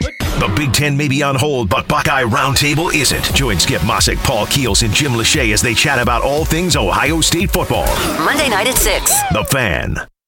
The Big Ten may be on hold, but Buckeye Roundtable isn't. Join Skip Mossick, Paul Keels, and Jim Lachey as they chat about all things Ohio State football. Monday night at 6. The Fan.